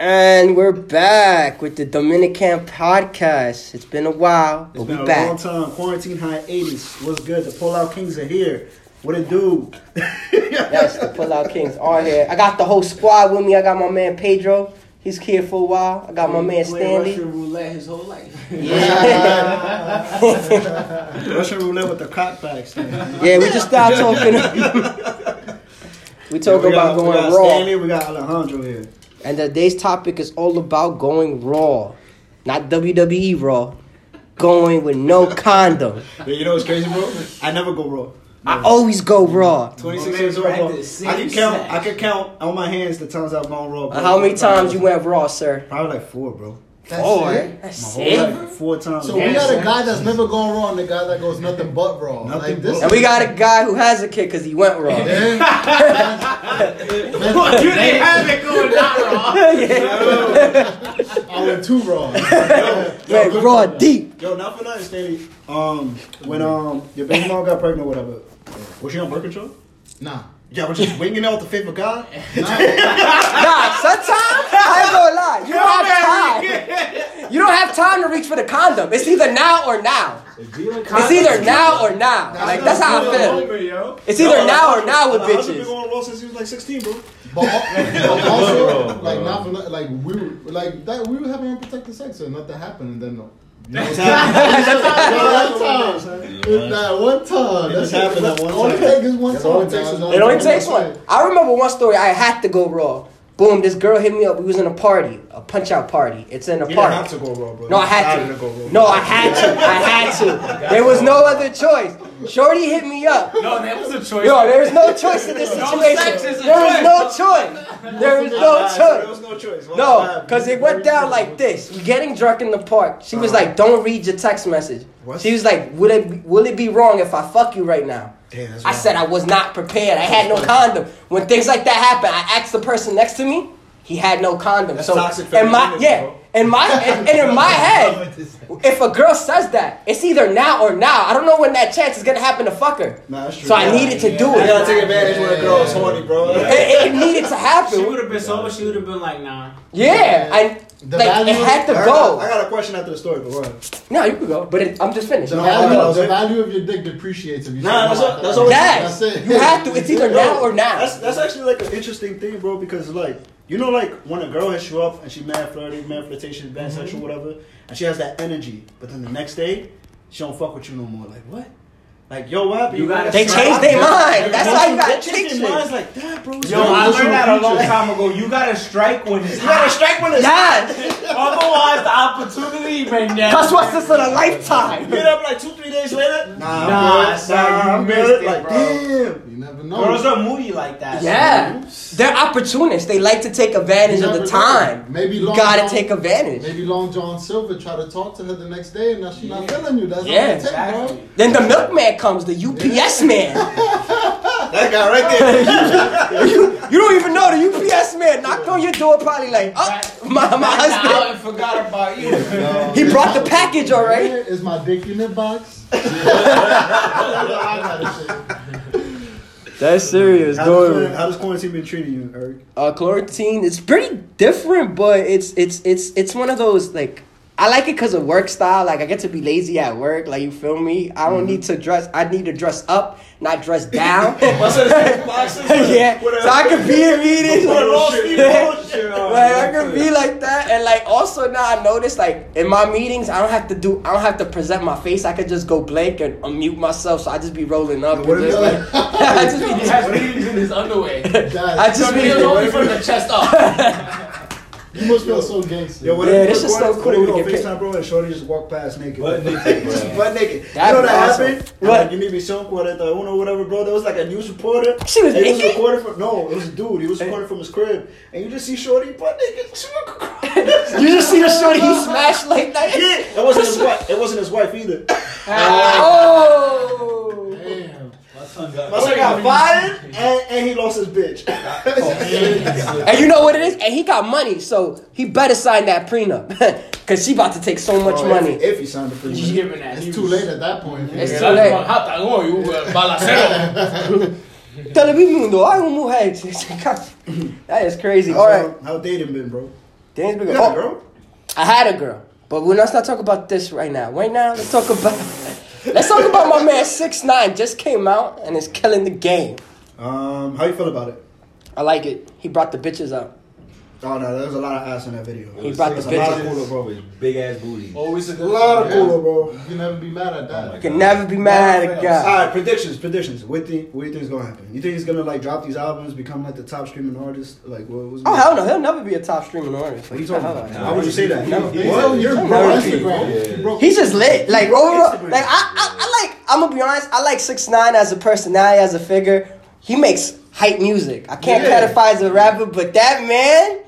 And we're back with the Dominican podcast. It's been a while, but It's we been a back. long time. Quarantine hiatus. What's good? The Pullout Kings are here. What it do? Yes, the Pullout Kings are here. I got the whole squad with me. I got my man Pedro. He's here for a while. I got my man Stanley. Russian roulette his whole life. Russian roulette with the cockbacks. man. Yeah, we just started talking. we talking about We got- we got going raw. Stanley, we got Alejandro here. And today's topic is all about going raw, not WWE raw. Going with no condom. But you know what's crazy, bro? I never go raw. I always go raw. 26 My man years old, bro. I practiced can six count. sacks. I can count on my hands the times I've gone raw. bro. How many times you went raw, sir? Probably like four, bro. My That's it. That's whole it. life, four times. So we got a guy that's never gone wrong, the guy that goes nothing but wrong. Nothing like this. And but- we got a guy who has a kid because he went wrong. Yeah. you didn't have it going down I went too wrong. Went raw deep. Yo, not for nothing, Stanley. Um, when um your baby mom got pregnant, or whatever, was she on birth control? Nah. Yeah, was she winging out the faith of God? Nah, sometimes I ain't gonna lie. You don't have time. You don't have time to reach for the condom. It's either now or now. It's either now or now. Like that's how I feel. yo. It's either now or now with Alejandro been bitches. going raw since he was like 16, bro. But, al- but also, like, not for, no- like, we were, like, that, we were having unprotected sex and nothing happened, and then, no. That's happened. that one time. That one time. just That's happened that That one All it time. takes is one That's all it time. takes guys. is one It only takes one. I remember one story. I had to go raw. Boom! This girl hit me up. We was in a party, a punch out party. It's in a You park. didn't have to go raw, bro. No, I You had decided Go raw. to. No, I had to. I had to. There was no other choice. Shorty hit me up. No, that was a choice. Yo, there was no choice in this No sex is situation. a There was no choice. There was Nah, so There no was choice. no choice. Why No, not? because it went down like this. We getting drunk in the park. She was like, "Don't read your text message." What? She was like, "Would it be, will it be wrong if I fuck you right now?" Damn, that's I wild. said I was not prepared. I had no condom. When things like that happen, I asked the person next to me. He had no condom. That's so toxic in my femininity, yeah, bro. in my and, and in my head, if a girl says that, it's either now or now. I don't know when that chance is gonna happen to fuck her. Nah, that's true. So I Yeah, needed to yeah. do I gotta it. take advantage when a girl is horny, bro. It, it needed to She happen. would have been sober. She would have been like, nah. Yeah, I The like it value- had to I got- I go. got a question after the story, but run. No, you could go, but it, I'm just finished. The It had to go. value, was the it. value of your dick depreciates if you Nah, that's say, "Oh, all- that's all it Yes, it. you have to. It's either now or now. That's that's actually like an interesting thing, bro. Because like you know, like when a girl hits you up and she mad flirty, mad flirtation, Mm-hmm. bad sexual, whatever, and she has that energy, but then the next day she don't fuck with you no more. Like what? Like yo, what happened? You gotta They try. changed their mind. Like, That's once why you gotta get check chicken shit. minds like that, bro. It's Yo, like I emotional learned that a long creatures. time ago. You gotta strike when it's You gotta hot. strike when it's Yes, Otherwise, the opportunity may that's never. what's this in a lifetime. Get up like two, three days later. Nah, Nah, I'm good. son, you Nah, I'm missed good. it, Like bro. damn. You never know. Girls are moody like that. Yeah, they're opportunists. They like to take advantage You of the never know. time. Maybe you long gotta time. take advantage. Maybe Long John Silver tried to talk to her the next day and now she's not Yeah. feeling you. That's Yeah, all it takes, Exactly. bro. Then the milkman comes, the UPS man. That guy right there. You don't even know the UPS man knocked on your door, probably like, oh, my, my I husband. forgot about you. He brought the package, all right. Where is my dick in the box? I got shit. That's serious, How does, how does quarantine been treating you, Eric? uh, quarantine it's pretty different but it's it's it's it's one of those like i like it because of work style like i get to be lazy at work like you feel me i Mm-hmm. don't need to dress i need to dress up not dress down What's that? Boxes? yeah so i could be in meetings What a lost like emotion. i could be like that and like also now i notice like in my meetings i don't have to do i don't have to present my face i could just go blank and unmute myself so i just be rolling up What and if just, you're like, i just He be has meetings in his underwear. i Guys, just So he's be only from the chest up. you must feel so gangster. Yo, what Yeah, if this you is so what cool if you to on get picked. FaceTime, bro, and Shorty just walked past naked. Butt naked, bro. just butt naked. That'd you know be that awesome. happened? What? Like, you need me some quarter, the Uno, whatever, bro. There was like a news reporter. She was and he naked? recording from, no, it was a dude. He was recording from his crib. And you just see Shorty butt naked. She was crying. you just see the shorty he smashed like that It wasn't his wife. It wasn't his wife either. Uh, Oh! Damn. My son got My son got fired and, and he lost his bitch. Oh, And you know what it is? And he got money, so he better sign that prenup. Cause she about to take so much Bro, money. If, if he signed the free He's giving that. It's too late at that point. It's Yeah. too late. uh, Balacero. Telemundo, I am mujer. That is crazy. How's All right. How, how dating been, bro? Things be You good. got a Oh, girl? I had a girl, but we're not, let's not talk about this right now. Right now, let's talk about let's talk about my man Six Nine just came out and is killing the game. Um, how you feel about it? I like it. He brought the bitches out. Oh no, there's a lot of ass in that video. He brought the There's a lot of bitches. culo, bro. There's Big ass booty. Always a A lot of Yeah. culo, bro. You can never be mad at Oh that. my You can never be mad at a guy. All right, predictions, predictions. What do you, what do you think is gonna happen? You think he's gonna like drop these albums, become like the top streaming artist? Like what was? Oh hell no, he'll never be a top streaming artist. What are you talking about? Hell no. How would you say that? He- he- What? You're Never broke be. Instagram. Yeah. You broke He's just lit. Like overall, Instagram. like I, I, I like. I'm gonna be honest. I like Six Nine as a personality, as a figure. He makes hype music. I can't Yeah. catify as a rapper, but that man,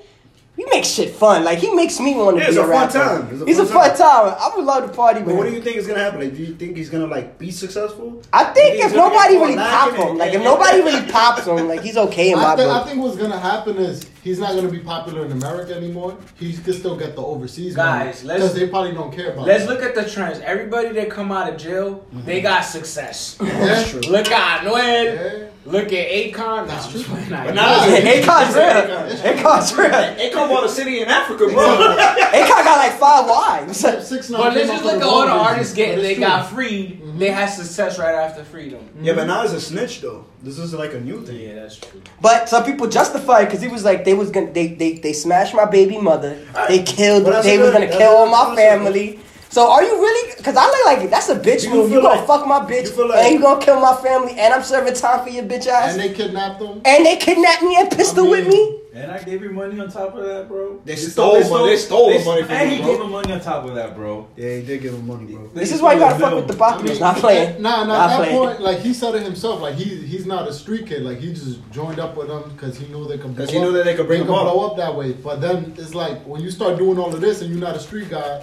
he makes shit fun. Like he makes me want to Yeah, be it's a, a fun rapper. time. It's a He's fun a fun time. I would love to party But with what do him. you think is gonna happen? Like, do you think he's gonna like be successful? I think He's if gonna nobody get really caught pop lacking him, it. like if nobody really pops him, like he's okay in my I, think, I book. think what's gonna happen is he's not gonna be popular in America anymore. He could still get the overseas Guys, let's- because they probably don't care about. Let's it. look at the trends. Everybody that come out of jail, they got success. That's true. Look at Noel. Yeah. Look at Akon. That's That's true. true. Nah, Yeah, Akon's real. Akon's real. It come out of city in Africa, bro. Akon got like five wives. Six Nine But came let's out just for look at the all the wrong reasons, artists getting but they it's got true. freed. They had success right after freedom. Yeah, but now it's a snitch though. This is like a new thing. that's true. But some people justify it because he was like they was gonna they they they smashed my baby mother. They killed. Well, that's They a was good- gonna that's kill a all good my concept. family. So are you really? Because I look like that's a bitch You move. You feel gonna like- fuck my you bitch feel like- and you gonna kill my family and I'm serving time for your bitch ass. And they kidnapped them. And they kidnapped me and pistol I with mean- me. And I gave you money on top of that, bro. They stole money- they stole the money from And you, he bro. gave him money on top of that, bro. Yeah, he did give him money, bro. This is why you gotta fuck No. with the I Bacchus. mean, Not playing. Nah, nah. Not At that playing. point, like he said it himself, like he he's not a street kid. Like he just joined up with them because he knew they could. 'Cause blow he knew up- that they could bring him up. blow up that way. But then it's like when you start doing all of this and you're not a street guy,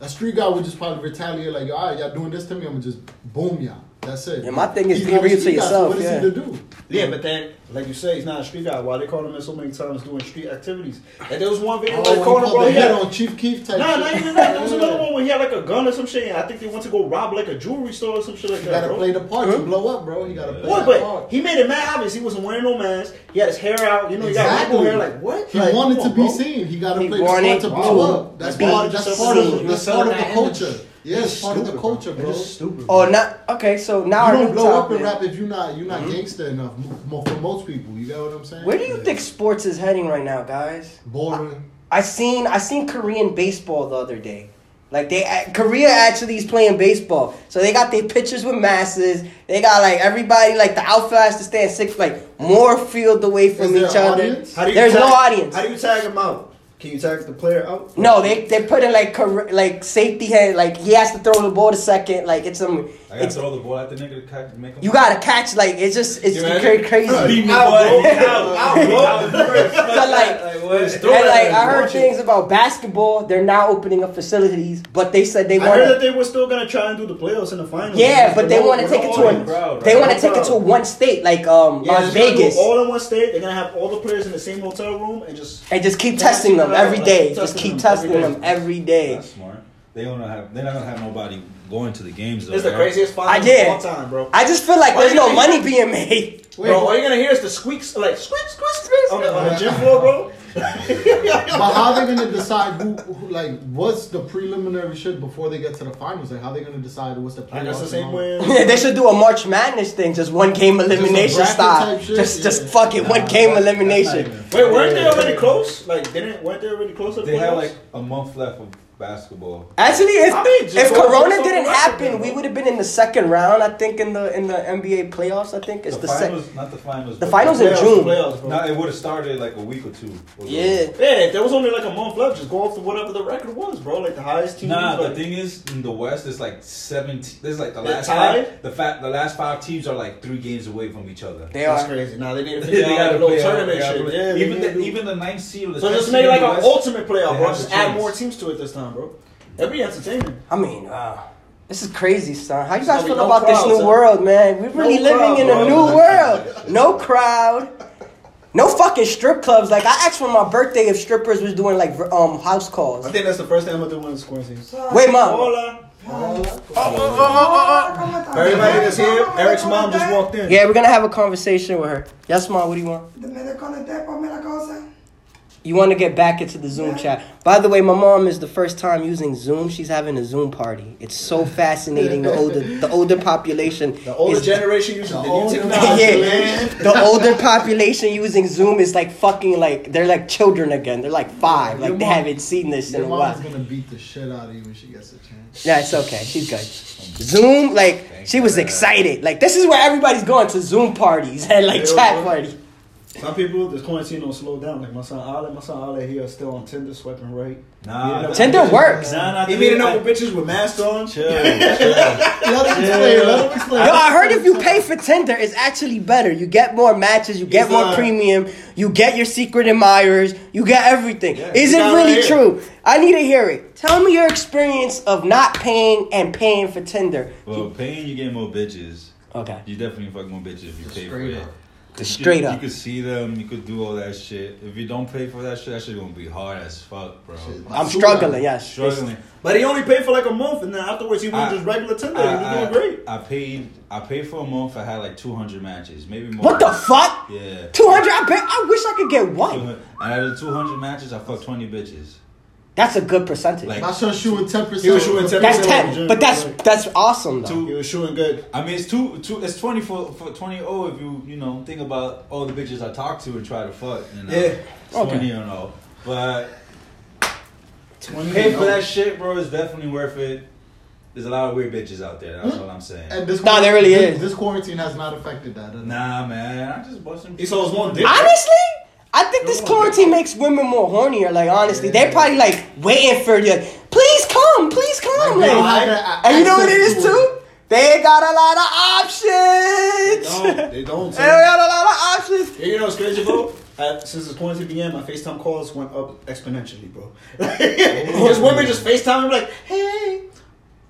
a street guy would just probably retaliate like, all right, y'all doing this to me, I'm gonna just boom y'all. That's it. Yeah, my thing is He's be not a real to street guy, so yourself, What is yeah. he to do? Yeah, but then, like you say, he's not a street guy. Why they call him in so many times doing street activities? And there was one video Oh, like he calling called bro. the He head had, on Chief Keef type. nah, shit. not even that. There was another Yeah. one where he had like a gun or some shit. And I think they went to go rob like a jewelry store or some shit like You that, gotta bro. play the part to blow up, bro. You gotta play what? that But part. he made it mad obvious. He wasn't wearing no mask. He had his hair out. You know, he got Exactly. wrinkled hair. Like what? He Like, wanted come to on, be bro. seen. He got to He play the wanted part to blow to up. That's be part. That's part seen. of. That's You're part of the selling that culture. image. Yeah, it's part of the Stupid, culture, It's bro. just Stupid. Oh, not okay. So now You our don't new blow up and topic. rap if you're not you're not gangster enough m- mo- for most people. You get what I'm saying? Where do you Yeah. think sports is heading right now, guys? boring? I seen I seen Korean baseball the other day. Like they uh, Korea actually is playing baseball, so they got their pitchers with masses. They got like everybody like the outfield has to stand six like more field away from Is there each other. audience? How do you There's tag- no audience. How do you tag him out? Can you tag the player out? No, they they put in like Kor- like safety head like he has to throw the ball to second like it's um I gotta it's throw the ball at the nigga to catch, make him. you gotta catch like it's just it's You imagine? cra- crazy. Beat me, Out, boy. bro. Out, out, bro. Out the first. So like what? And like I heard Watch it. things about basketball, they're now opening up facilities, but they said they I heard that want. they were still gonna try and do the playoffs in the finals. Yeah, but they want to With take it all to the an, crowd, right? they want to No take it to crowd. one state like um Yeah, Las they're gonna do Vegas it All in one state. They're gonna have all the players in the same hotel room and just. and just keep Yeah, testing them yeah, every yeah, day. testing Just keep them testing every day. them every day. That's smart. They don't have. They're not gonna have nobody going to the games though. It's the right? craziest I finals did. of all time, bro. I just feel like Why there's you no think- money being made. bro, all you're gonna hear is the squeaks, like squeak, squeak, squeak on the, on the gym floor, bro. But how are they gonna decide who, who? Like, what's the preliminary shit before they get to the finals? Like, how they gonna decide what's the? Like that's the playoffs same and way. they should do a March Madness thing, just one game elimination bracket style. type shit? Just just Yeah. fuck it, one Nah, game that's- that's elimination. Wait, weren't they already close? Like, didn't weren't they already close? to the They have playoffs? like a month left of basketball. Actually, if I mean, just if go Corona to the didn't Russian happen, game, we bro. would have been in the second round. I think in the in the NBA playoffs. I think it's The, the, second. finals, not the finals. The but- finals in Playoffs, June. playoffs, bro. No, it would have started like a week or two. ago. Yeah. Yeah, if there was only like a month left, just go off to whatever the record was, bro. Like the highest team. Nah, like, the thing is, in the West, it's like seventeen. This is like the They're last tied? five. The fa- the last five teams are like three games away from each other. They That's are. crazy. Nah, they need to They figure out gotta like, a little play out, tournament they gotta shit. play- Yeah, they even need the to do- even the ninth seed. Or the So tenth just seed make in like the an West- ultimate playoff, They bro. have Just a add chance. more teams to it this time, bro. That'd be entertaining. I mean, uh, this is crazy, son. How you So guys we feel no about this crowd, new son. world, man? We're really No living crowd, in a bro. new world. No crowd. No fucking strip clubs. Like I asked for my birthday if strippers was doing like ver- um house calls. I think that's the first time I'm doing in scoring Wait, mom. Hola. Uh, Yeah, Everybody that's here, Eric's mom just walked in. we're gonna have a conversation with her. Yes, mom. What do you want? Me desconecté, ponme la cosa. You want to get back into the Zoom chat. By the way, my mom is the first time using Zoom. She's having a Zoom party. It's so fascinating. The older the older population The older is- generation using the new older technology, Yeah. man. the older population using Zoom is like fucking like they're like children again. They're like five. Your Like they mom- haven't seen this in Your a mom is while. gonna beat the shit out of you when she gets a chance. Yeah, it's okay. She's good. Zoom, like she was excited. Like this is where everybody's going to Zoom parties and like Yeah, chat bro. parties. Some people, this quarantine don't slow down. Like my son Ale, my son Ale, he is still on Tinder swiping right. Yeah. Nah, nah, Tinder works. Yo, Nah, nah, He meeting up with bitches with masks on. Chill, chill. Let him explain. Let him explain. I heard if you pay for Tinder, it's actually better. You get more matches, you get He's more not- premium, you get your secret admirers, you get everything. Yeah, is he's it not really right here. true? I need to hear it. Tell me your experience of not paying and paying for Tinder. Well, paying you get more bitches. Okay. You definitely fuck more bitches if you pay for Straight it. up. You Straight could- up. You could see them. You could do all that shit. If you don't pay for that shit, that shit gonna be hard as fuck, bro. Shit. I'm struggling, yes. Struggling. But he only paid for like a month, and then afterwards he went I- just regular Tinder. he was I, doing great. I, I paid. I paid for a month. I had like 200 matches, maybe more. What the fuck? Yeah. 200? I, bet, I wish I could get one. And out of the 200 matches, I fucked 20 bitches. That's a good percentage. Like- I should shooting ten percent. He was shooting 10%. that's Yeah, 10. But that's right. that's awesome, though. He was shooting good. I mean, it's two, two. It's twenty for for twenty oh if you you know think about all the bitches I talk to and try to fuck. You know? Yeah. It's Okay. twenty or no, but pay for that shit, bro. It's definitely worth it. There's a lot of weird bitches out there. That's all I'm saying. And this Nah, there really this- is. This quarantine has not affected that. has it? Nah, man, I'm just busting. He saw his one dick. Honestly, I think this quarantine makes women more hornier. Like, honestly, they're probably like waiting for you. Please come, please come. They Like, don't have that and you know what it access is, to it. too? They got a lot of options. No, they don't. They got a lot of options. Yeah, you know what's crazy, bro? Uh, since this quarantine began, my FaceTime calls went up exponentially, bro. Because women just FaceTime and be like, hey,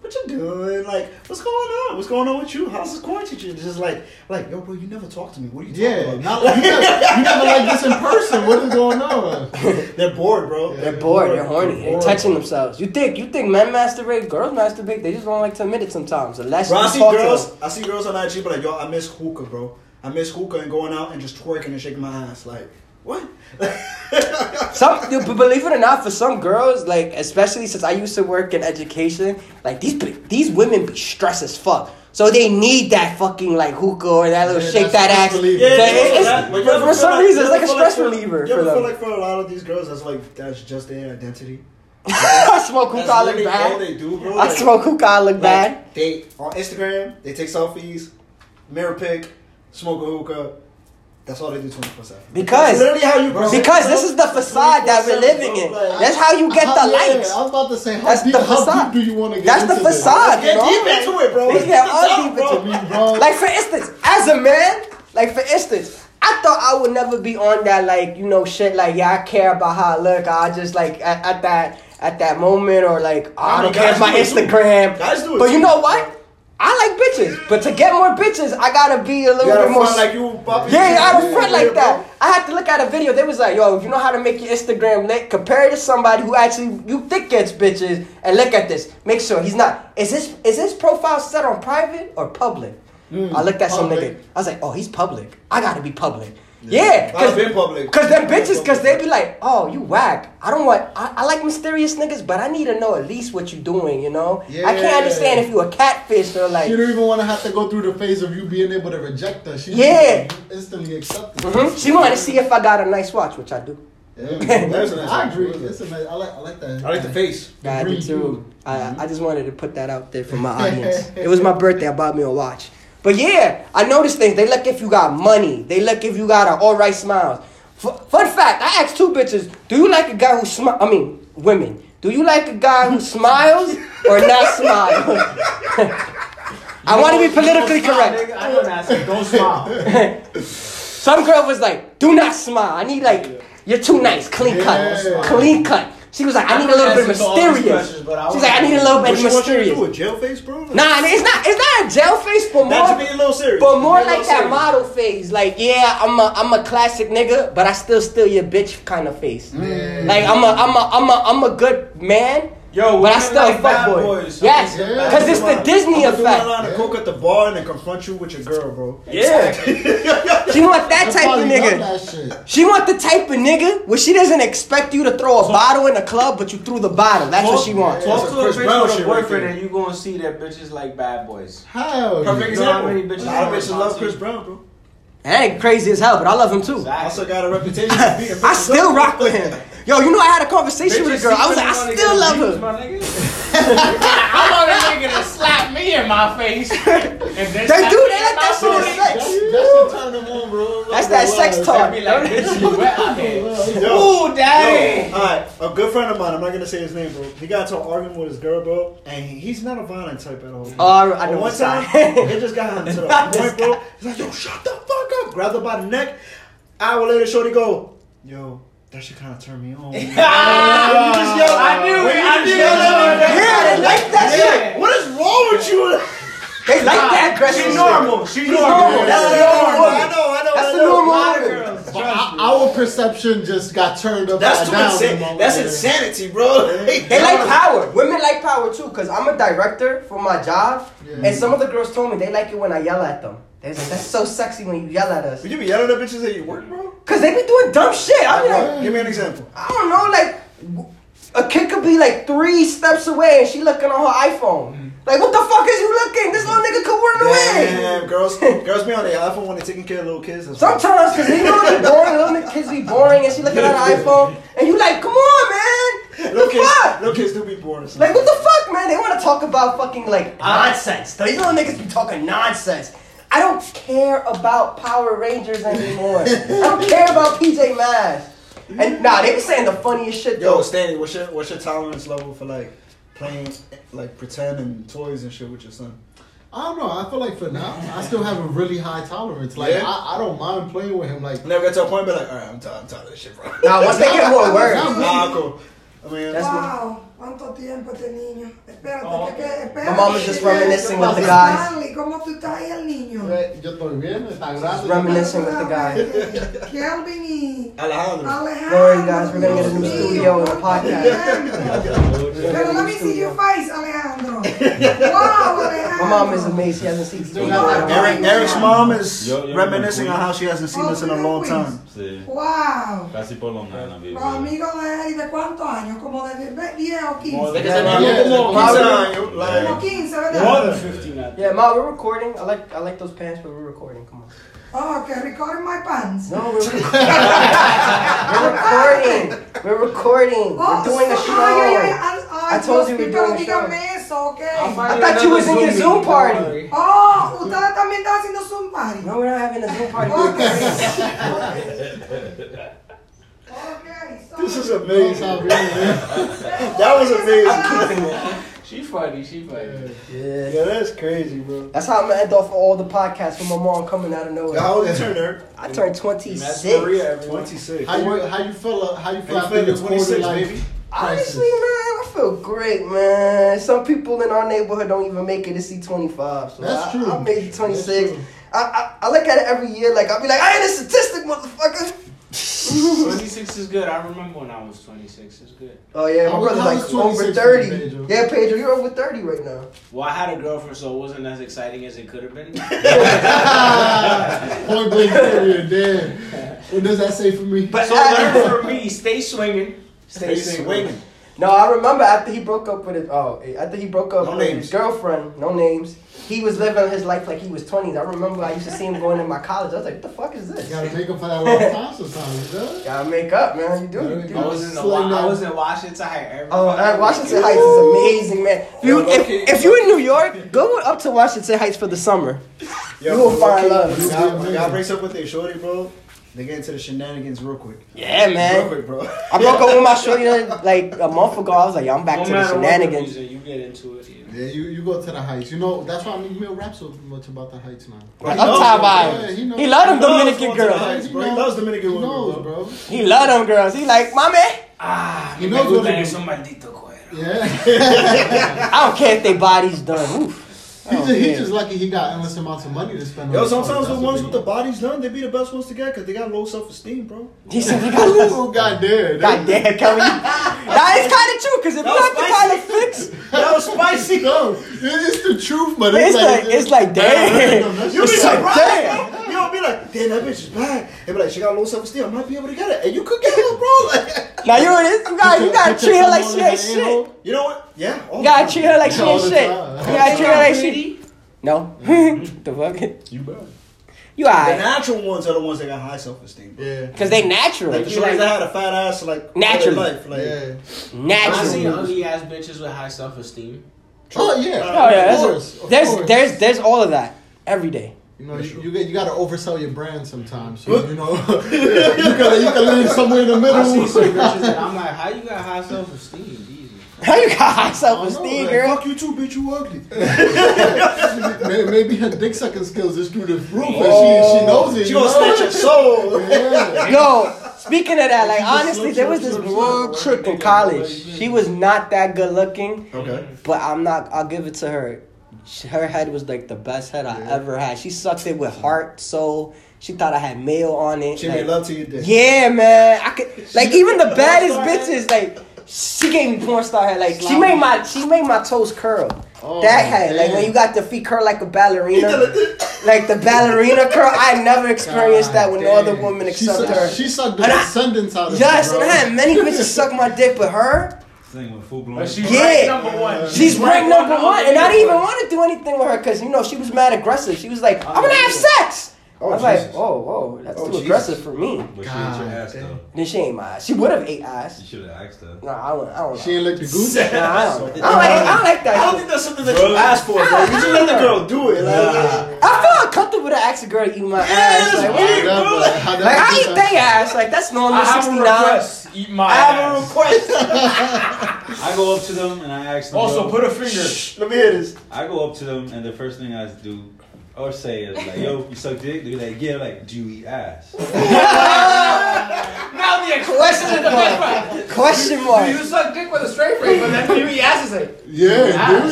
what you doing? Like, what's going on? What's going on with you? How's this quarantine? treating you?" It's just like, like, yo, bro, you never talk to me. What are you talking Yeah, about? not like you never, you never like this in person. What is going on? They're bored, bro. They're bored, they're horny, they're bored. touching themselves. You think you think men masturbate, girls masturbate, they just want like to admit it sometimes. Unless Bro, I you see talk to them. girls. I see girls on IG, but like, yo, I miss hookah, bro. I miss hookah and going out and just twerking and shaking my ass. Like, what? Some, you- but believe it or not, for some girls, like especially since I used to work in education, like these bi- these women be stressed as fuck. So they need that fucking like hookah or that little Yeah, shake that's that a ass. stress Yeah, reliever. Yeah, it- yeah, it's- yeah. Like, you but ever for feel some like- reason, you it's ever like a feel stress for- reliever You for ever feel them. like for a lot of these girls, that's like that's just their identity. I smoke hookah, I look literally all bad. they do, bro. I smoke hookah, I look bad. Like, they on Instagram, they take selfies, mirror pic, smoke a hookah. That's all they do twenty four seven. Because- literally how you present Because this yourself is the facade that we're 24/7, living in. bro, like- uh, That's how you get How- the yeah, likes. I was about to say, how, That's deep, the how facade. deep do you want to get That's into the this? facade, Let's get bro. deep into it, bro. Let's Let's get get all deep deep bro. into it. I mean, bro, Like for instance, as a man, like for instance, I thought I would never be on that like you know shit like yeah I care about how I look. I just like at, at that at that moment or like oh, I I don't mean, care guys if my do it too. Instagram. Guys do it But you too. know what? I like bitches, but to get more bitches, I gotta be a little You gotta bit more. front like you popping yeah, shit. I don't front Yeah, like bro. that. I had to look at a video. They was like, "Yo, if you know how to make your Instagram lit, compare it to somebody who actually you think gets bitches, and look at this. Make sure he's not. Is his is his profile set on private or public? I looked at some public. nigga. I was like, "Oh, he's public. I gotta be public." Yeah, I've been public. Cause them bitches, cause they be like, "Oh, you whack. I don't want. I, I like mysterious niggas, but I need to know at least what you doing. You know, I Yeah. can't understand if you a catfish or like." you don't even want to have to go through the phase of you being able to reject us. She just Yeah. instantly accepted. Mhm. She wanted to see if I got a nice watch, which I do. Yeah, That's a nice I one. agree. It's a nice, I like, I like that. I like the face. Yeah, I Agree, did too. too. I, Mm-hmm. I just wanted to put that out there for my audience. it was my birthday. I bought me a watch. But yeah, I noticed things. They look if you got money. They look if you got an all right smile. F- fun fact: I asked two bitches, "Do you like a guy who smiles?" I mean, women. Do you like a guy who smiles or not smile? I want to be politically correct. I know that's it. Don't smile. Some girl was like, "Do not smile. I need like you're too nice, clean Yeah. cut, clean cut." She was like, "I need a little bit mysterious." She's like, "I need a little bit What you want you to mysterious." do? A jail face, bro? Nah, and it's not. It's not a jail face, but That should be a more, little serious. but more Be a little like that serious. model face. Like, yeah, I'm a, I'm a classic nigga, but I still still your bitch kind of face. Like, I'm a, I'm a, I'm a, I'm a good man, Yo, But I women still like fuck bad boy. boys. Yes, Yeah. because it's the Disney I'm effect. a line of coke at the bar and then confront you with your girl, bro. Yeah, she want that type of probably nigga. love that shit. She want the type of nigga where she doesn't expect you to throw a bottle in the club, but you threw the bottle. That's what she wants. Talk That's to a a Chris Brown bitch with a shit right boyfriend there. and you gonna see that bitches like bad boys. Hell yeah. Perfect You know how example. many bitches a lot of are bitches love responsible? Chris Brown, bro. That ain't crazy as hell, but I love him too. I also Exactly. got a reputation for being. I still rock with him. Yo, you know I had a conversation with a girl. I was like, I still love her. her. I want a nigga to slap me in my face. And then They do. They let that shit in That's, sex. that's the turn them on, bro. Like, That's that wow, sex it's- talk. Be like, bitch, you wet out here. Yo, Ooh, daddy. Yo, all right, a good friend of mine. I'm not gonna say his name, bro. He got into an argument with his girl, bro, and he, he's not a violent type at all. Oh, I- I know But one this time, guy. it just got him to the point, bro. He's like, "Yo, shut the fuck up!" Grabbed her by the neck. Hour later, shorty go, "Yo, that should kind of turn me on." When you just yell- I knew it, when you I just knew yell it. at her, that's Yeah, they like that Yeah. shit. What is wrong with you? They like that aggressive shit. She's normal. She's normal. normal. That's That's the normal woman. I know, I know. That's I the know. normal lot of woman. girls. But our- our perception just got turned upside That's too down. insane. That's insanity, bro. They like power. Women like power too, cause I'm a director for my job, Yeah. and some of the girls told me they like it when I yell at them. They was like, that's so sexy when you yell at us, Would you be yelling at bitches at your work, bro? cause they be doing dumb shit. I be like, Give me an example. I don't know, like w- a kid could be like three steps away and she looking on her iPhone. Like, what the fuck is you looking? This little nigga could run away. Damn, girls, girls be on their iPhone when they're taking care of little kids. That's why. Sometimes, cause you know they boring, little nigga kids be boring, and she looking at her iPhone, and you like, come on, man, Little what the kids, fuck? little kids do be bored. Like what the fuck, man? They want to talk about fucking like nonsense. These little niggas be talking nonsense. I don't care about Power Rangers anymore. I don't care about PJ Masks. And nah, they be saying the funniest shit Yo, though. Stanley, what's your what's your tolerance level for like playing like pretend and toys and shit with your son? I don't know. I feel like for now, I still have a really high tolerance. Like Yeah? I, I don't mind playing with him. Like I never get to a point, but like, all right, I'm tired, I'm tired of this shit, bro. Nah, once they get more words, nah, cool. I mean, That's- Wow, cuánto tiempo este niño. Espérate, Oh, que, que, espérate. my mom is just reminiscing with the guys. Stanley, ¿cómo tú estás ahí el niño? yo estoy bien, está grande. Reminiscing with the guys. guys. Kelvin y Alejandro. Alejandro. Sorry, guys, we're gonna get a new Dios mío, studio and a cuánto podcast. tiempo. Pero let me see your face, Alejandro. wow, Alejandro. My mom is amazed. She hasn't seen Still TV. got that Eric- Eric, Eric's mom is Yo, yo, reminiscing yo. on how she hasn't seen us in Oh, a long time. Sí, Wow. casi por lo menos, baby. Los amigos de él, ¿de cuántos años? Como de 10 o 15. Como Like, 15, ¿verdad? More than 15 out Yeah, ma, we're recording. I like I like those pants, but we're recording. Come on. Oh, que recording my pants. No, we're recording. we're recording. We're recording. We're doing a Oh, so- Ay, ay, ay, show. ay, ay, I told you Dios we're mío, doing a show. dígame eso, ok. I thought you was in your Zoom party. Oh, ustedes también están haciendo Zoom party. No, we're not having a Zoom party. Ok. Ok, so- this is amazing. That That was amazing. She funny, she funny. Yeah. Yeah, that's crazy, bro. That's how I'm gonna end off all the podcasts with my mom coming out of nowhere. How old is your nerd? I turned 26. That's Maria, everyone. 26. how you how you feel? uh, How you feel you after feeling your 26, quarter life? baby? Honestly, man, I feel great, man. Some people in our neighborhood don't even make it to see 25. So That's I, true. I made it That's 26. true. I, I, I look at it every year, like, I'll be like, I ain't a statistic, motherfucker. 26 is good. I remember when I was 26. It's good. Oh, yeah, my How- brother's how like is over 26 30. for you, Pedro? Yeah, Pedro, you're over 30 right now. Well, I had a girlfriend, so it wasn't as exciting as it could have been. Point blank period. Damn. What does that say for me? But so I- learn from me. Stay swinging. Stay swinging. No, I remember after he broke up with his oh after he broke up No with names. his girlfriend, no names. He was living his life like he was twenties. I remember I used to see him going in my college. I was like, what the fuck is You this? gotta make up for that long time sometimes, dude. Gotta make up, man. You do. You Gotta do. make I up. was in the Sling wa- I that. was in Washington Heights. every Oh, uh, fucking Washington weekend. Heights is amazing, man. If you if, if you in New York, go up to Washington Heights for the summer. You will find love. When y'all, when y'all breaks up with their shorty, bro, they get into the shenanigans real quick. Yeah, Real man. quick, bro. I broke up with my shorty uh, like a month ago. I was like, yo, I'm back No to the matter what the shenanigans. reason, you get into it. Yeah. Yeah, you, you go to the heights. You know that's why I mean, Mil rap so much about the heights now. I knows, love Thai bro. Yeah, he vibes. knows. He love them He knows Dominican what's up. girls. Heights, bro. He loves Dominican He women, knows, bro. bro. He love them girls. He like, mommy. Ah, He knows what it is. Yeah. I don't care if their body's done. Oof. Oh, I He don't just, he care. just lucky he got endless amounts of money to spend. on Yo, his phone. sometimes the That's what ones he- with the bodies done, they be the best ones to get because they got low self esteem, bro. He said, "You got loose." Oh, goddamn. God damn, Kelly. nah, it's kind of true because if you That was have the kind of That was spicy. No, it- it's the truth, but It's like, it's like, damn. You be It's like, surprised, damn. bro. You'll be like, damn, that bitch is bad. And be like, she got low self esteem. I might be able to get it. And you could get it, bro. Like, Now you, you gotta, you gotta treat her like she ain't shit. you know what? Yeah. all You the gotta time. treat her like she All ain't the shit. time. You gotta treat her like she. No, the fuck. You bad. You The alright? natural ones are the ones that got high self esteem. Yeah. Cause they natural, Like the You shorties like- that had a fat ass, like all their Naturally. life, like Yeah. I seen natural. ugly ass bitches with high self esteem. Oh yeah. Oh yeah, Of that's course. of there's course. there's there's all of that every day. You know, you, you, get- you gotta oversell your brand sometimes. So, you know, you gotta you gotta live somewhere in the I seen some middle. bitches that I'm like, how you got high self esteem? Jesus. How you got high self I esteem, know, girl? fuck you too, bitch, you ugly. May- Maybe her dick sucking skills is through the roof, and she she knows it. Oh. She you gonna know? snatch your soul. Yeah. Yo, speaking of that, like She just honestly, looks there was so- this so- one so- chick in college. She was not that good looking, Okay. but I'm not. I'll give it to her. She- Her head was like the best head I ever had. She sucked it with heart, soul. She thought I had mail on it. She like- made love to you, dick. Yeah, man. I could like even the baddest bitches like she gave me porn star hair. Like she made my she made my toes curl. Oh, that hair, like when damn. you got the feet curl like a ballerina, like the ballerina curl. I never experienced that with no other woman She except sucked, her. she sucked the And I- descendants out of yes, her, and bro. I had many bitches suck my dick, but her, Thing with full blown. But she's Yeah. ranked number one. she's ranked number on one, the and I leaderboard. didn't even want to do anything with her because you know she was mad aggressive. She was like, "I'm gonna have sex." I was like, Jesus. "Whoa, whoa, that's Oh, too Jesus. aggressive for me." But she ate your ass God though. Then she ain't my. She would have ate ass. You should have asked her. No, I don't. I don't. She ain't like the goose. Nah, I don't. I don't, like, I don't like that. I don't shit. think that's something that you asked for, bro. You just let the girl do it. Like, I feel uncomfortable to ask a girl to eat my ass. Like, what? How that- how that- like I eat they ass. Like that's normal. I have Sixty a nine. request. Eat my I have a ass. request. I go up to them and I ask them. Also, yo, put a finger. Let me hear this. I go up to them and the first thing I do or say is like, "Yo, you suck dick." They be like, "Yeah." Like, do you eat ass? Now the Question mark. part. Question You mark. suck dick with a straight face, but then you eat ass is like, Yeah, dude. I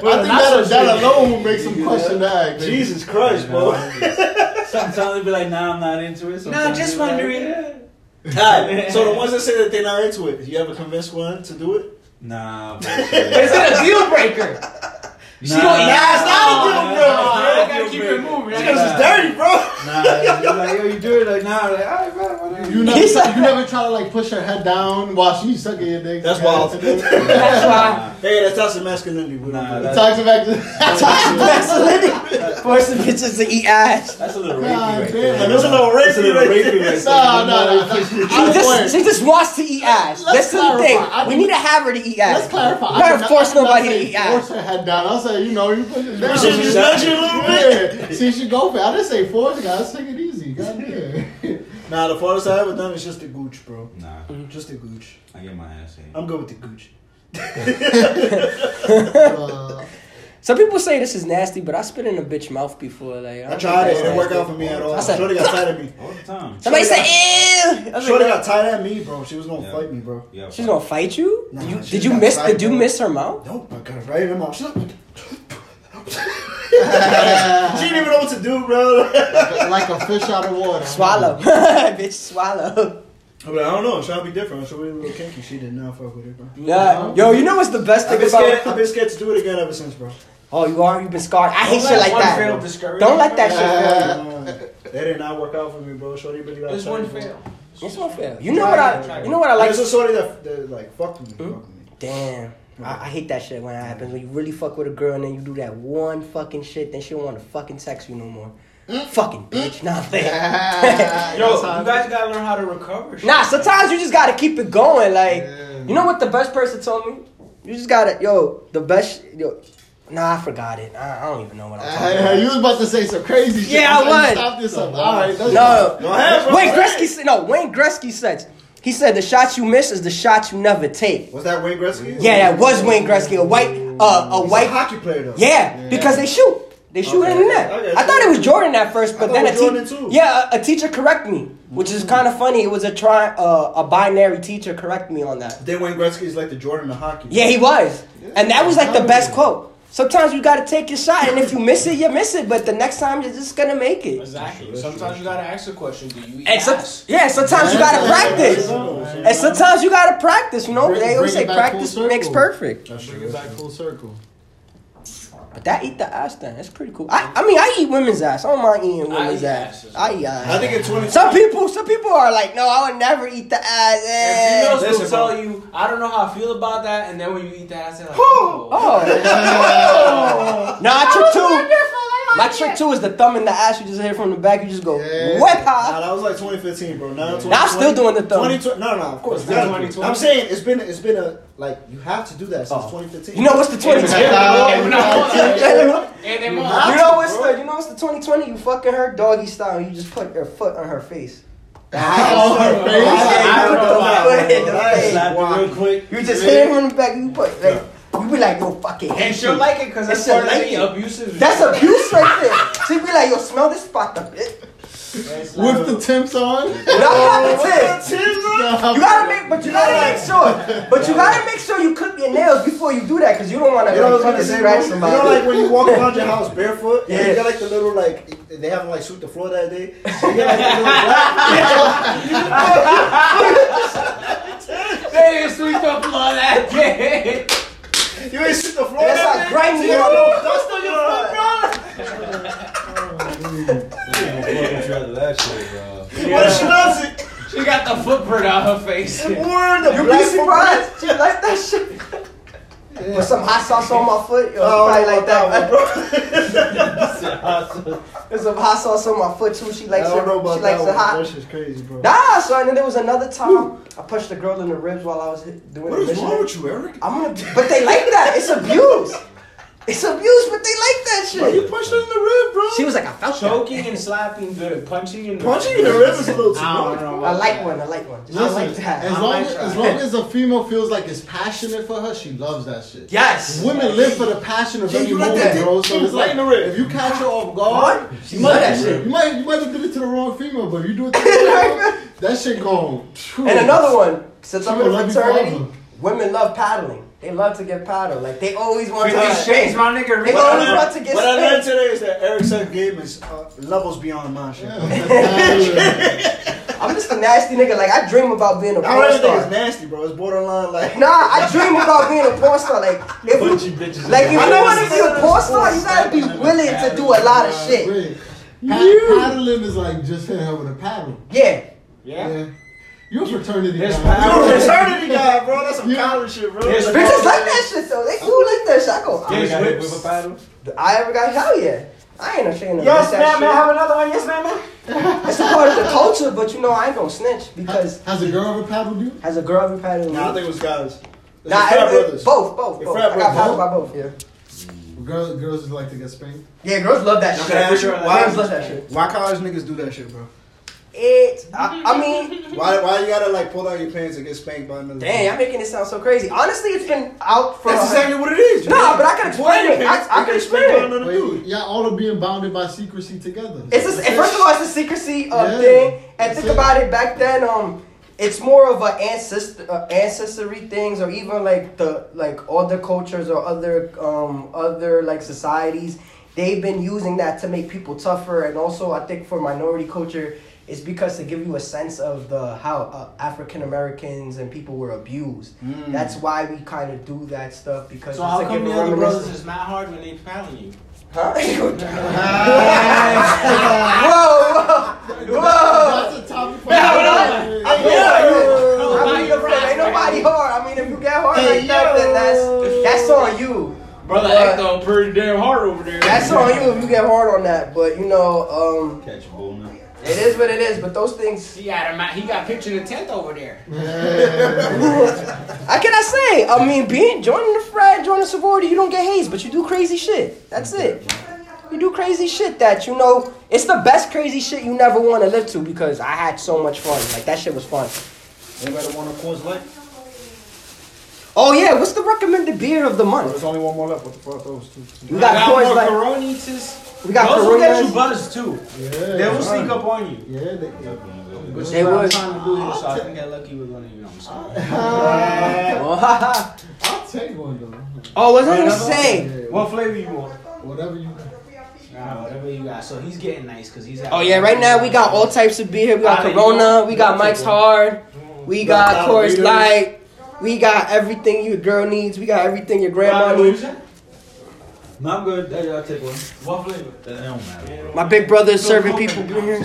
think not that, so that straight. alone makes him question the act. baby. Jesus Christ, bro. Sometimes they be like, "Nah, I'm not into it." Sometimes just they be like, wondering. "Yeah." Alright, so the ones that say that they're not into it, you ever convince one to do it? Nah. is it a deal breaker? She don't eat ass, not a deal No, breaker. I gotta keep it moving. I Because gotta- it's dirty, bro. Nah, you like, yo, you do it like nah, like, all right, man, whatever. You never, you never try to like push her head down while she's sucking your dick. That's wild. hey, That's why. that's toxic masculinity. We Nah, don't do that's- Toxic act. Toxic masculinity. Forcing bitches to eat ass. That's a little rapey God right damn. there. That's a little That's a rapey little right rapey there. right Nah, nah, nah. She just, she just wants to eat ass. Let's That's the thing. clarify. I We didn't- need to have her to eat ass. Let's clarify. We gotta did not- force I did not nobody to say eat ass. Force her head down. I said, you know, you push it down. You should just nudge it a little bit. Yeah. See, she go for it. I didn't say force her. I just take it easy. Goddamn. Nah, the farthest I ever done is just the gooch, bro. Nah, Just the gooch. I get my ass in. I'm good with the gooch. Uh, Some people say this is nasty, but I spit in a bitch mouth before. Like I tried it. It didn't work work out for me at all. I said- Shorty got tired of me. All the time. Somebody said, "Ew." I was Shorty like, got tired at me, bro. She was gonna Yeah. fight me, bro. Yeah, She's gonna fight you? Nah, Did you, she's did you not miss? fighting, Did you bro. miss her mouth? Nope, I got it right in her mouth. She, like, she didn't even know what to do, bro. I'm like a fish out of water. Swallow, bitch, swallow. like, I don't know. Should I be different? Should we be a little kinky? She did not fuck with it, bro. Yeah. Yo, you know what's the best I've thing been, scared, I've about? been scared to do it again ever since, bro. Oh, you are. You've been scarred. I hate Don't shit let like one that. fail discourage Don't let that you. shit fail. Um, that did not work out for me, bro. Shorty really got There's tired, one bro. fail. It's one fail. You know what I? You know what I Like, like? Hmm? it's a shorty that, that like fucked with me. Fucked with me. Damn. I, I hate that shit when that happens. When you really fuck with a girl and then you do that one fucking shit, then she don't want to fucking sex you no more. Mm. Fucking bitch, nah, man. Yo, you guys gotta learn how to recover. shit. Nah, sometimes you just gotta keep it going. Like, Yeah. you know what the best person told me? You just gotta, yo, the best, yo. Nah, I forgot it. I, I don't even know what I'm talking Uh, about. you was about to say some crazy shit. Yeah, I I'm like, was. Stop this up. All right. that's- No, Go ahead, bro. Wayne Gretzky said, no, Wayne Gretzky said, he said, the shot you miss is the shot you never take. Was that Wayne Gretzky? Yeah, that was Wayne Gretzky, a white, uh, a He's a white, hockey player though. yeah, because they shoot. They shoot Okay, in the net. okay, I thought it was Jordan at first, but thought then it a was Jordan, teacher, too. yeah, a, a teacher corrected me, which is kind of funny. It was a try, uh, a binary teacher corrected me on that. Then Wayne Gretzky is like the Jordan of hockey. Yeah, he was, and that was like the best quote. Sometimes you gotta take your shot, and if you miss it, you miss it. But the next time, you're just gonna make it. Exactly. Sometimes you gotta ask the question. Do you eat And some, ass? yeah, sometimes you gotta practice. And sometimes you gotta practice. You know, Bring- they always say bring it back practice full circle. makes perfect. That's Bring it back full circle. But that eat the ass then. That's pretty cool. I, I mean, I eat women's ass. I don't mind eating I women's eat ass. asses. I eat ass. I think in 20. Some people, some people are like, no, I would never eat the ass. eh." And females will Listen, bro. tell you, I don't know how I feel about that, and then when you eat the ass, they're like, oh. Oh. no, I trick two. Wonderful. My trick two is the thumb in the ass. You just hit it from the back. You just go Yeah. whip Nah, high. that was like 2015, bro. Now, 2020, Now I'm still doing the thumb. 2020 no, no, of course. It's not exactly. 2020. I'm saying it's been it's been a like you have to do that since Oh. 2015. You know what's the twenty twenty? And when I want it, and they want You it. know what's the you know what's the twenty twenty? You fucking her doggy style. You just put your foot on her face. Oh, her Yeah, face. you put the foot in the I face. slapped it real quick. You just hit her in the back. You put like you be like yo fucking. And hate she'll you. like it because that's It's a part of like it. the abusive. That's abuse right there. She be like yo smell this spot up. With the temps on. Not positive. You gotta make, but you gotta make sure. But you gotta make sure you clip your nails before you do that, cause you don't want to You know what I was like, about fucking scratch to say, bro? You somebody. know, like when you walk around your house barefoot, and Yeah. you got like the little like they haven't like sweep the floor that day. So you got like the little black. They didn't sweep the floor that day. You ain't sweep the floor That's that like day. grinding so you on got no dust on your foot, bro. But she loves it. She got the footprint on her face. We're the You be black footprint. surprised? She like that shit. Put some hot sauce on my foot. Yo, Oh, probably like that. bro. There's some hot sauce on my foot too. She I likes it. don't know about She likes it that one. hot. That shit's crazy, bro. Nah, son. And there was another time I punched a girl in the ribs while I was hit- doing What a is mission. wrong with you, Eric? I'm gonna, but they like that. It's abuse. It's abuse, but they like that Bro, you shit. punched her in the rib, bro. She was like, I felt that. Choking and slapping good, punching and punching in the rib is a little too I much. don't know. I about like that. one. I like one. Just Listen, like that. as I long might as, try. as long as a female feels like it's passionate for her, she loves that shit. Yes. Women live for the passion of Yeah, every you like moment, that dick? bro. So Mm, it's right like in the rib. if you catch her off guard, She you love might, that shit. you might you might have did it to the wrong female, but if you do it to the right female, that shit gone. And another one, since I'm in She gonna love you fraternity, forever. women love paddling. They love to get paddled. Like they always want to get Shades, spanked. my nigga. They Rick. always learned- want to get what I learned spanked. today is that Eric's sex game is uh, levels beyond my shit. Yeah. I'm just a nasty nigga. Like I dream about being a I don't porn even think it's star. nasty, bro. It's borderline like. Nah, I dream about being a porn star. Like if you, like if you I know want to it's be a not porn a star, you gotta be sport, willing to do a lot of shit. Wait, pa- paddling is like just hitting her with a paddle. Yeah. Yeah. Yeah, you're a fraternity. There's guy. paddle. You're a fraternity guy, bro. That's some Yeah. college shit, bro. Yes, Like, Bitches like that shit though. They do like that shit. I go. You I, Yeah. got hit with a paddle? I ever got hell yeah. I ain't ashamed of Yes, that ma'am. May I shit. have another one? Yes, ma'am. ma'am. It's a part of the culture, but you know I ain't gonna snitch because. Has, has a girl ever paddled you? Has a girl ever paddled? Nah, I Nah, think it was guys. nah frat every- brothers. both, both, Your both. frat I got brothers. paddled by both. Yeah, Girls, girls just like to get spanked. yeah. Girls love that Now, shit. can I ask you why- Girls love that shit. Why college niggas do that shit, bro? It. I, I mean, Why, why you gotta like pull down your pants and get spanked by another? dang, I'm making it sound so crazy. Honestly, it's been out for. That's exactly what it is. Nah, but I can explain it. I, I can explain it. Another dude. Wait, y'all all are being bounded by secrecy together. It's just, and first of all, it's a secrecy uh, Yeah, thing, and that's think it. about it. Back then, um, it's more of a ancestor, uh, ancestry things, or even like the like other cultures or other um other like societies. They've been using that to make people tougher, and also I think for minority culture, it's because to give you a sense of the how uh, African Americans and people were abused. That's why we kind of do that stuff because So it's how like come a the other brothers reminiscence- is not hard when they pounding you? Huh? whoa, whoa, whoa! That's a topic for I mean, I mean, if ain't nobody hard. I mean, if you get hard like that, then that's that's on you. Brother, But- act on pretty damn hard over there. That's on you if you get hard on that. But you know, um, Catch a bull now. it is what it is. But those things, He got him. He got pictured a tenth over there. I cannot say. I mean, being joining the frat, joining the sorority, you don't get hazed, but you do crazy shit. That's it. You do crazy shit that you know. It's the best crazy shit you never want to live to because I had so much fun. Like that shit was fun. Anybody want a course light? Oh yeah, what's the recommended beer of the month? There's only one more left. What the fuck? Those two. We got I Coors got Light. more coronitas. We got Those will get you Coronas. buzzed too. They will sneak up on you. Yeah, they, Which is They what I'm would. trying to do here, so I can get lucky with one of you. I'm sorry. Oh, haha. I'll Take one though. Oh, what was I gonna Another one? say? What flavor you want? Whatever you. Nah, whatever you got. So he's getting nice because he's. out. Oh yeah, right now we got all types of beer. We got Alright, Corona, we got you- Mike's Hard, we got got Coors Doritos. Light, we got everything your girl needs, we got everything your grandma What you needs. say? No, I'm good. Hey, I'll take one. What flavor? That that don't matter. My big brother is serving people beer.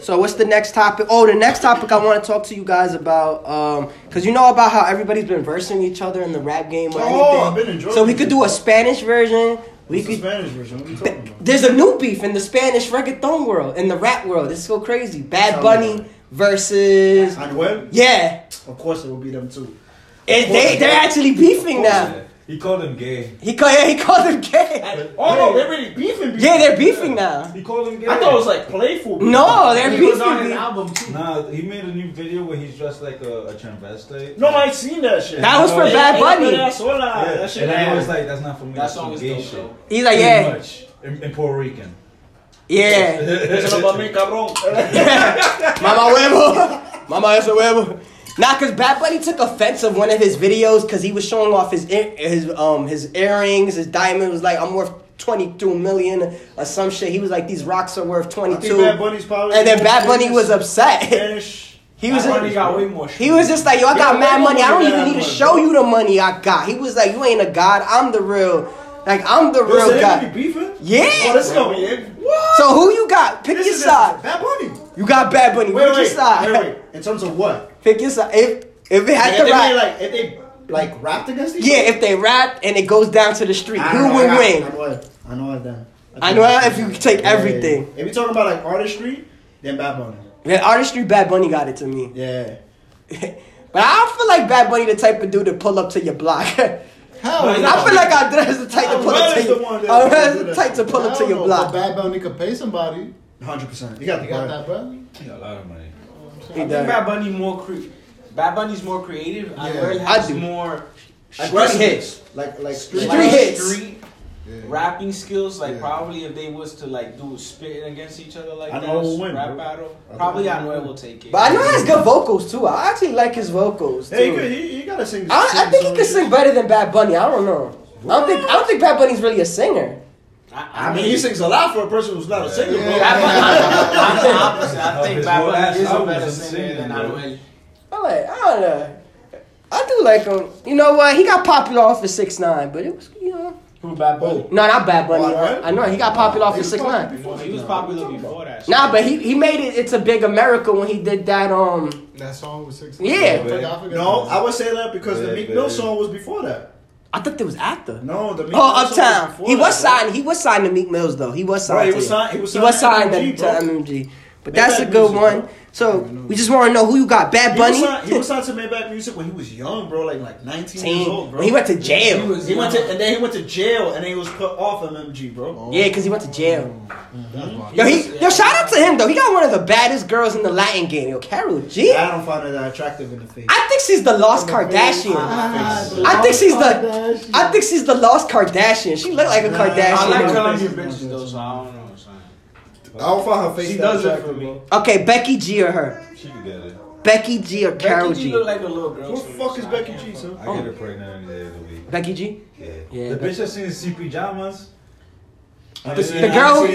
So what's the next topic? Oh, the next topic I want to talk to you guys about, um, cause you know about how everybody's been versing each other in the rap game or Oh, I've anything. been enjoying So we could do a Spanish version. We What's the could Spanish version? What are you talking about? There's a new beef in the Spanish reggaeton world, in the rap world. It's so crazy. Bad Tell Bunny versus Anuel? yeah, Of course it will be them too. and they they're actually beefing now. He called him gay. He called yeah, he called them gay. Oh no, they're really beefing. Yeah, they're beefing now. He called him gay. I thought it was like playful. No, they're he was on beefing. an album too. Nah, he made a new video where he's dressed like a, a transvestite. No, I ain't seen that shit. That was for Hey, Bad hey, Bunny. that's all I- Yeah, that shit and I ass. was like, that's not for me. That That's song some is gay dope shit. though. He's like Pretty yeah, much. In, in Puerto Rican. yeah. Eso no va a mi cabrón. Mama huevo, mama es huevo. Nah, cause Bad Bunny took offense of one of his videos, cause he was showing off his ear- his um his earrings, his diamond was like I'm worth twenty two million or some shit. He was like these rocks are worth I twenty think two. Bad Bunny's probably. And then Bad Bunny was upset. Spanish. He was Bad Bunny got way more. he was just like, yo, I got Yeah, mad money. I don't yeah, even need to yeah. show you the money I got. He was like, you ain't a god. I'm the real, like I'm the Yo, so real they guy. gonna be beefing? Oh, Yeah. this is gonna be it. What? So who you got? Pick your This is side. Bad Bunny. You got Bad Bunny. Wait, Pick your wait, side. wait, wait. In terms of what? Pick your side. If if it Like, had if to they made, rap, like if they like rapped against each yeah. other? If they rap and it goes down to the street, I who know, would I- win? I know it. I know it. Then. I know it if you take everything. If you talking about like artistry, then Bad Bunny. Yeah, artistry, Bad Bunny got it to me. Yeah. But I don't feel like Bad Bunny the type of dude to pull up to your block. Hell But no. I feel like Andres the type to pull up to Andres the you. one that- Andres the type to pull up to Hell your no, block. But Bad Bunny could pay somebody. Hundred percent. You got the You got got that, brother? He got a lot of money. He I think done. Bad Bunny more cre- Bad Bunny's more creative. I Yeah. heard I has do. more Aggressive. hits. Like like Three street. like, hits. street Yeah. rapping skills. Like Yeah. probably if they was to like do spitting against each other like I that, know who win, rap bro. battle. Probably I know it will take it. But I know he has good vocals too. I actually like his vocals too. Hey, you, could, you, you gotta sing. I, I sing think he some can shit. sing better than Bad Bunny. I don't know. I don't think I don't think Bad Bunny's really a singer. I, I mean, he sings a lot for a person who's not a singer. Yeah. bro. Bad Bunny- I'm the opposite. I think His Bad whole ass Bunny is a album better is singer than insane, bro. Anuel. I like. I don't know. I do like him. You know what? He got popular off of six nine, but it was you know. Who Bad Bunny? No, not Bad Bunny. Why, why? I know he got popular off of He's six popular nine. He was popular before that. shit. Nah, but he, he made it. It's a big America when he did that. Um, That song was six. Yeah. I forgot- I forgot No, that. I would say that because the Yeah, Meek Mill baby. song was before that. I thought there was after. No, the Meek Mill Oh, song Uptown. before He that, was bro. signed. He was signed to Meek Mills though. He was signed. Right, he to was it. signed- he was He was signed signed to to, MMG, bro. to MMG. But Maybach that's a good Music, one. bro. So we just want to know who you got. Bad Bunny. He was, signed, he was signed to Maybach Music when he was young, bro, like like 19 Team. years old, bro. When he went to jail. He was- He went to and then he went to jail and then he was put off MMG, bro. yeah, because he went to jail. That's why. Yo, he, yo, shout out to him though. He got one of the baddest girls in the Latin game. Yo, Carol G. I don't find her that attractive in the face. I think she's the lost Kardashian. I think she's the. I think she's the lost Kardashian. She look like a Nah, I Kardashian. I like She- Colombian she- bitches though, so I don't know. Son. I don't find her face She that does it for attractive, me. Okay, Becky G or her. She could get it. Becky G or Carol Becky G G. look like a little girl. bro. Who to me, the fuck so is I Becky can't G, fuck- son? I get her pregnant any day of the week. Becky G. Yeah. Yeah, the but- bitch I seen in sea pajamas. The- the girl- The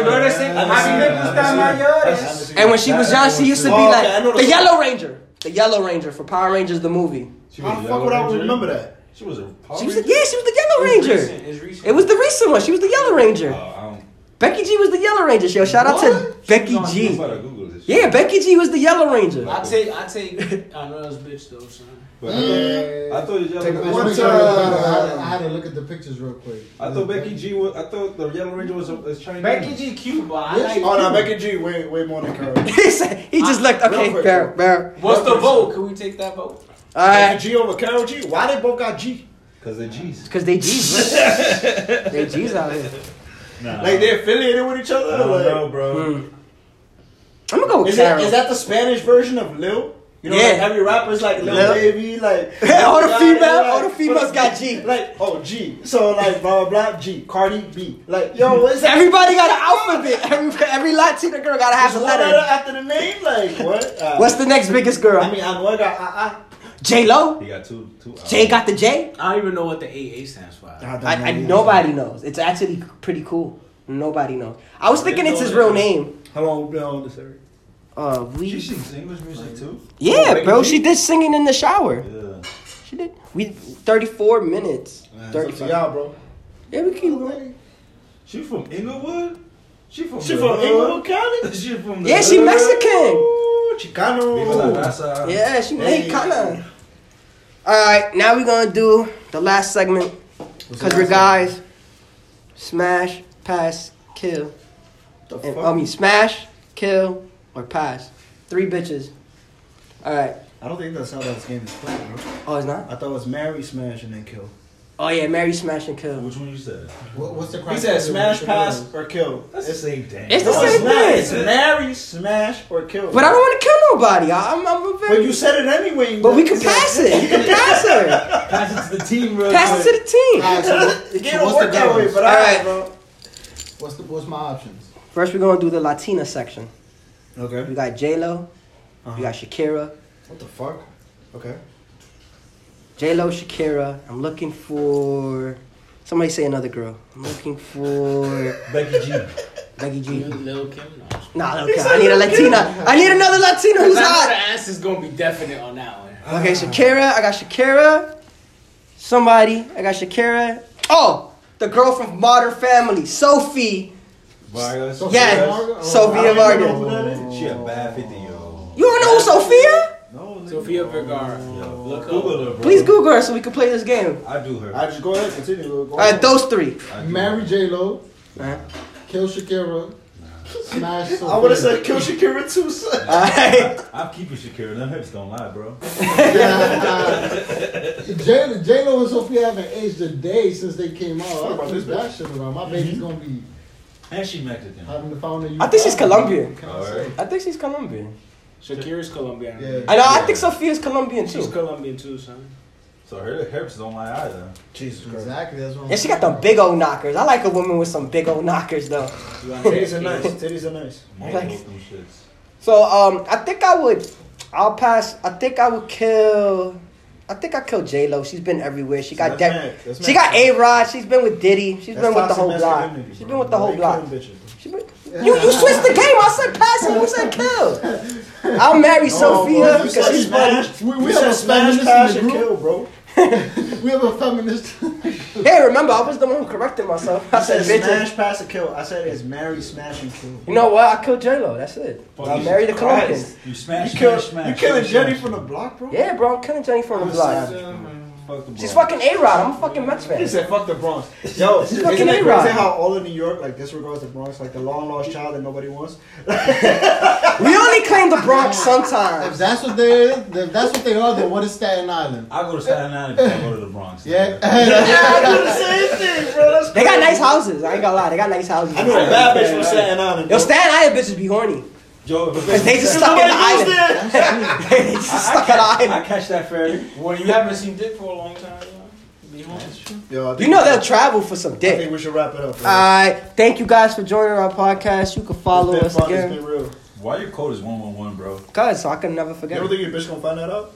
girl that said, "A mí me gustan mayores." And when she was young, she used to be Oh, okay, I know like the the song. Yellow Ranger. The Yellow Ranger for Power Rangers the movie. Oh, How the fuck would I remember that? She was a. She was the, yeah, she was the Yellow It's Ranger. recent, it's recent. It was the recent one. She was the Yellow Oh, Ranger. I don't. Becky G was the Yellow Ranger. Yo, shout out to Becky G. I'm about to Google this. Yeah, Becky G was the Yellow Ranger. I take I take Anuel's bitch though, son. But I thought- I thought the Take a yellow. picture. I bitch was- had to- I had to- I had to look at the pictures real quick. I thought Becky G was. I thought the yellow ranger was a, a Chinese. Becky G cute, but I Yeah, like. she- Oh no, Becky G way way more than Carol. he said he just looked okay. real quick, Barrel, barrel. What's the vote? Can we take that vote? All Becky right, G over Carol G? Why they both got G? Cause the G's. because they G's. bro. they G's out here. Nah. Like they affiliated with each I other? don't know, Like, bro. Mm. I'm gonna go with is that Carol. is that the Spanish version of Lil? You know, Yeah. like every rapper's like Lil Lil. Baby, like all the Yeah, female, yeah, all the like- females got G. Like, oh G. So like blah blah blah G. Cardi B. Like, yo, what's that? Everybody got an alphabet. Every, every Latina girl gotta have Just a one letter. letter after the name? Like what? Uh, What's the next biggest girl? I mean I know I got uh, uh. J Lo. He got two two. albums. J got the J. I don't even know what the AA stands for. I, don't I, I know. nobody knows. It's actually pretty cool. Nobody knows. I was thinking it's his real name. How long we been on this area? Uh, She we. sings English music too. "Oh, Yeah, bro. She did singing in the shower. Yeah. She did. We thirty four minutes. Man, it's up Thirty to five. y'all, bro. Yeah, we keep going. She from Inglewood. She from. She the from hood. Inglewood County? She from. the Yeah, she hood. Mexican. Ooh, Because Chicano. that's, uh, Yeah, she Hey. Mexicana. All right, now we're gonna do the last segment because we're guys. Smash, pass, kill. The And, fuck? I mean, smash, kill, or pass. Three bitches. All right. I don't think that's how that game is played, bro. Oh, it's not. I thought it was marry, smash, and then kill. Oh yeah, marry, smash, and kill. Which one you said? What, what's the He criteria? said smash, What's the pass, criteria? or kill. That's the same thing. It's the Oh, No, same it's not. It's thing. marry, smash, or kill. But I don't want to kill nobody. I, I'm, I'm a But very. you said it anyway. But we can pass it. You can pass her. Pass it to the team real Pass it to the team. Alright, so what- It so can't what's the work that way, goals? but All alright, right. bro. What's the what's my options? First, we're gonna do the Latina section. Okay. We got J Lo. Uh-huh. We got Shakira. What the fuck? Okay. J Lo, Shakira. I'm looking for. Somebody say another girl. I'm looking for Becky G. Becky G. Lil Kim. No. Nah, okay. I need a Latina. I need another Latina who's Because I know hot. the answer's gonna be definite on that one. Okay, Shakira. I got Shakira. Somebody. I got Shakira. Oh, the girl from Modern Family, Sophie. Vargas. Sophia Yes. Varga? Sophia I don't Varga. even know who that is. She a bad 50 year old. You don't know who Sophia? No. Sophia Vergara. Yo, Look Google up. her, bro. Please Google her so we can play this game. I do her. I just go ahead, continue. Go All right, those three. I do Marry her. J Lo, Alright. kill Shakira, smash. Sophia. I would have said kill Shakira too, son. Alright. I'm keeping Shakira. Them hips don't lie, bro. J J Lo and Sophia haven't aged a day since they came out. What I'll about keep this Mm-hmm. that shit around. My baby's gonna be And she Mexican. having the founder. I think she's Colombian. Can I Alright. say? I think she's Colombian. Shakira's Colombian. Yeah. I know. I think Sophia's Colombian She's too. Colombian too, son. So her hips don't lie either. Jesus Exactly. That's what. I'm Yeah, she got the saying. big old knockers. I like a woman with some big old knockers though. You want Titties are nice. Titties are nice. Most Like- of them shits. So um, I think I would. I'll pass. I think I would kill. I think I killed J Lo. She's been everywhere. She got That's that. mad. That's She mad. got A Rod. She's been with Diddy. She's That's been with the toxic whole block. masculinity, She's bro. been with the Why whole you block. killing bitches, bro? She been, you you switched the game. I said pass and you said kill. I'll marry Sophia bro, you because said she's funny. smash. We- We, we we have a said smash, feminist in pass, the and group. kill, bro. We have a feminist. Hey, remember I was the one who corrected myself. I I said said bitches. smash, pass, and kill. I said it's marry, smash, and kill. You know what? I killed J Lo. That's it. I married a Colombian. You You smash, kill, smash, smash. you killing smash, Jenny smash. from um, the block, bro? Yeah, bro. I'm killing Jenny from the block. Fuck the She's bro. fucking A Rod. I'm a fucking Mets fan. He said, "Fuck the Bronx." Yo, isn't fucking it A-Rod. crazy how all of New York like disregards the Bronx, like the long lost child that nobody wants? We only claim the Bronx if sometimes. that's what they, if that's what they are, then what is Staten Island? I go to Staten Island if I go to the Bronx. Yeah. I do the same thing, bro. That's They got nice houses. I ain't gonna lie. They got nice houses. I know a bad bitch from Staten Island. Yo, bro. Staten Island bitches be horny. Yo, if a Cause bitch- they just stuck in the Nobody goes island. there. they just I, I, stuck in catch, the I island. catch that ferry. Well, you haven't seen Dick for a long time. you know? Be honest. Yo, I think- You know they'll travel for some I dick. think we should wrap it up. bro. Alright, thank you guys for joining our podcast. You can follow It's been us fun, again. It's been real. Why your code is 111, bro? Cause so I can never You forget. don't think your bitch gonna find that out?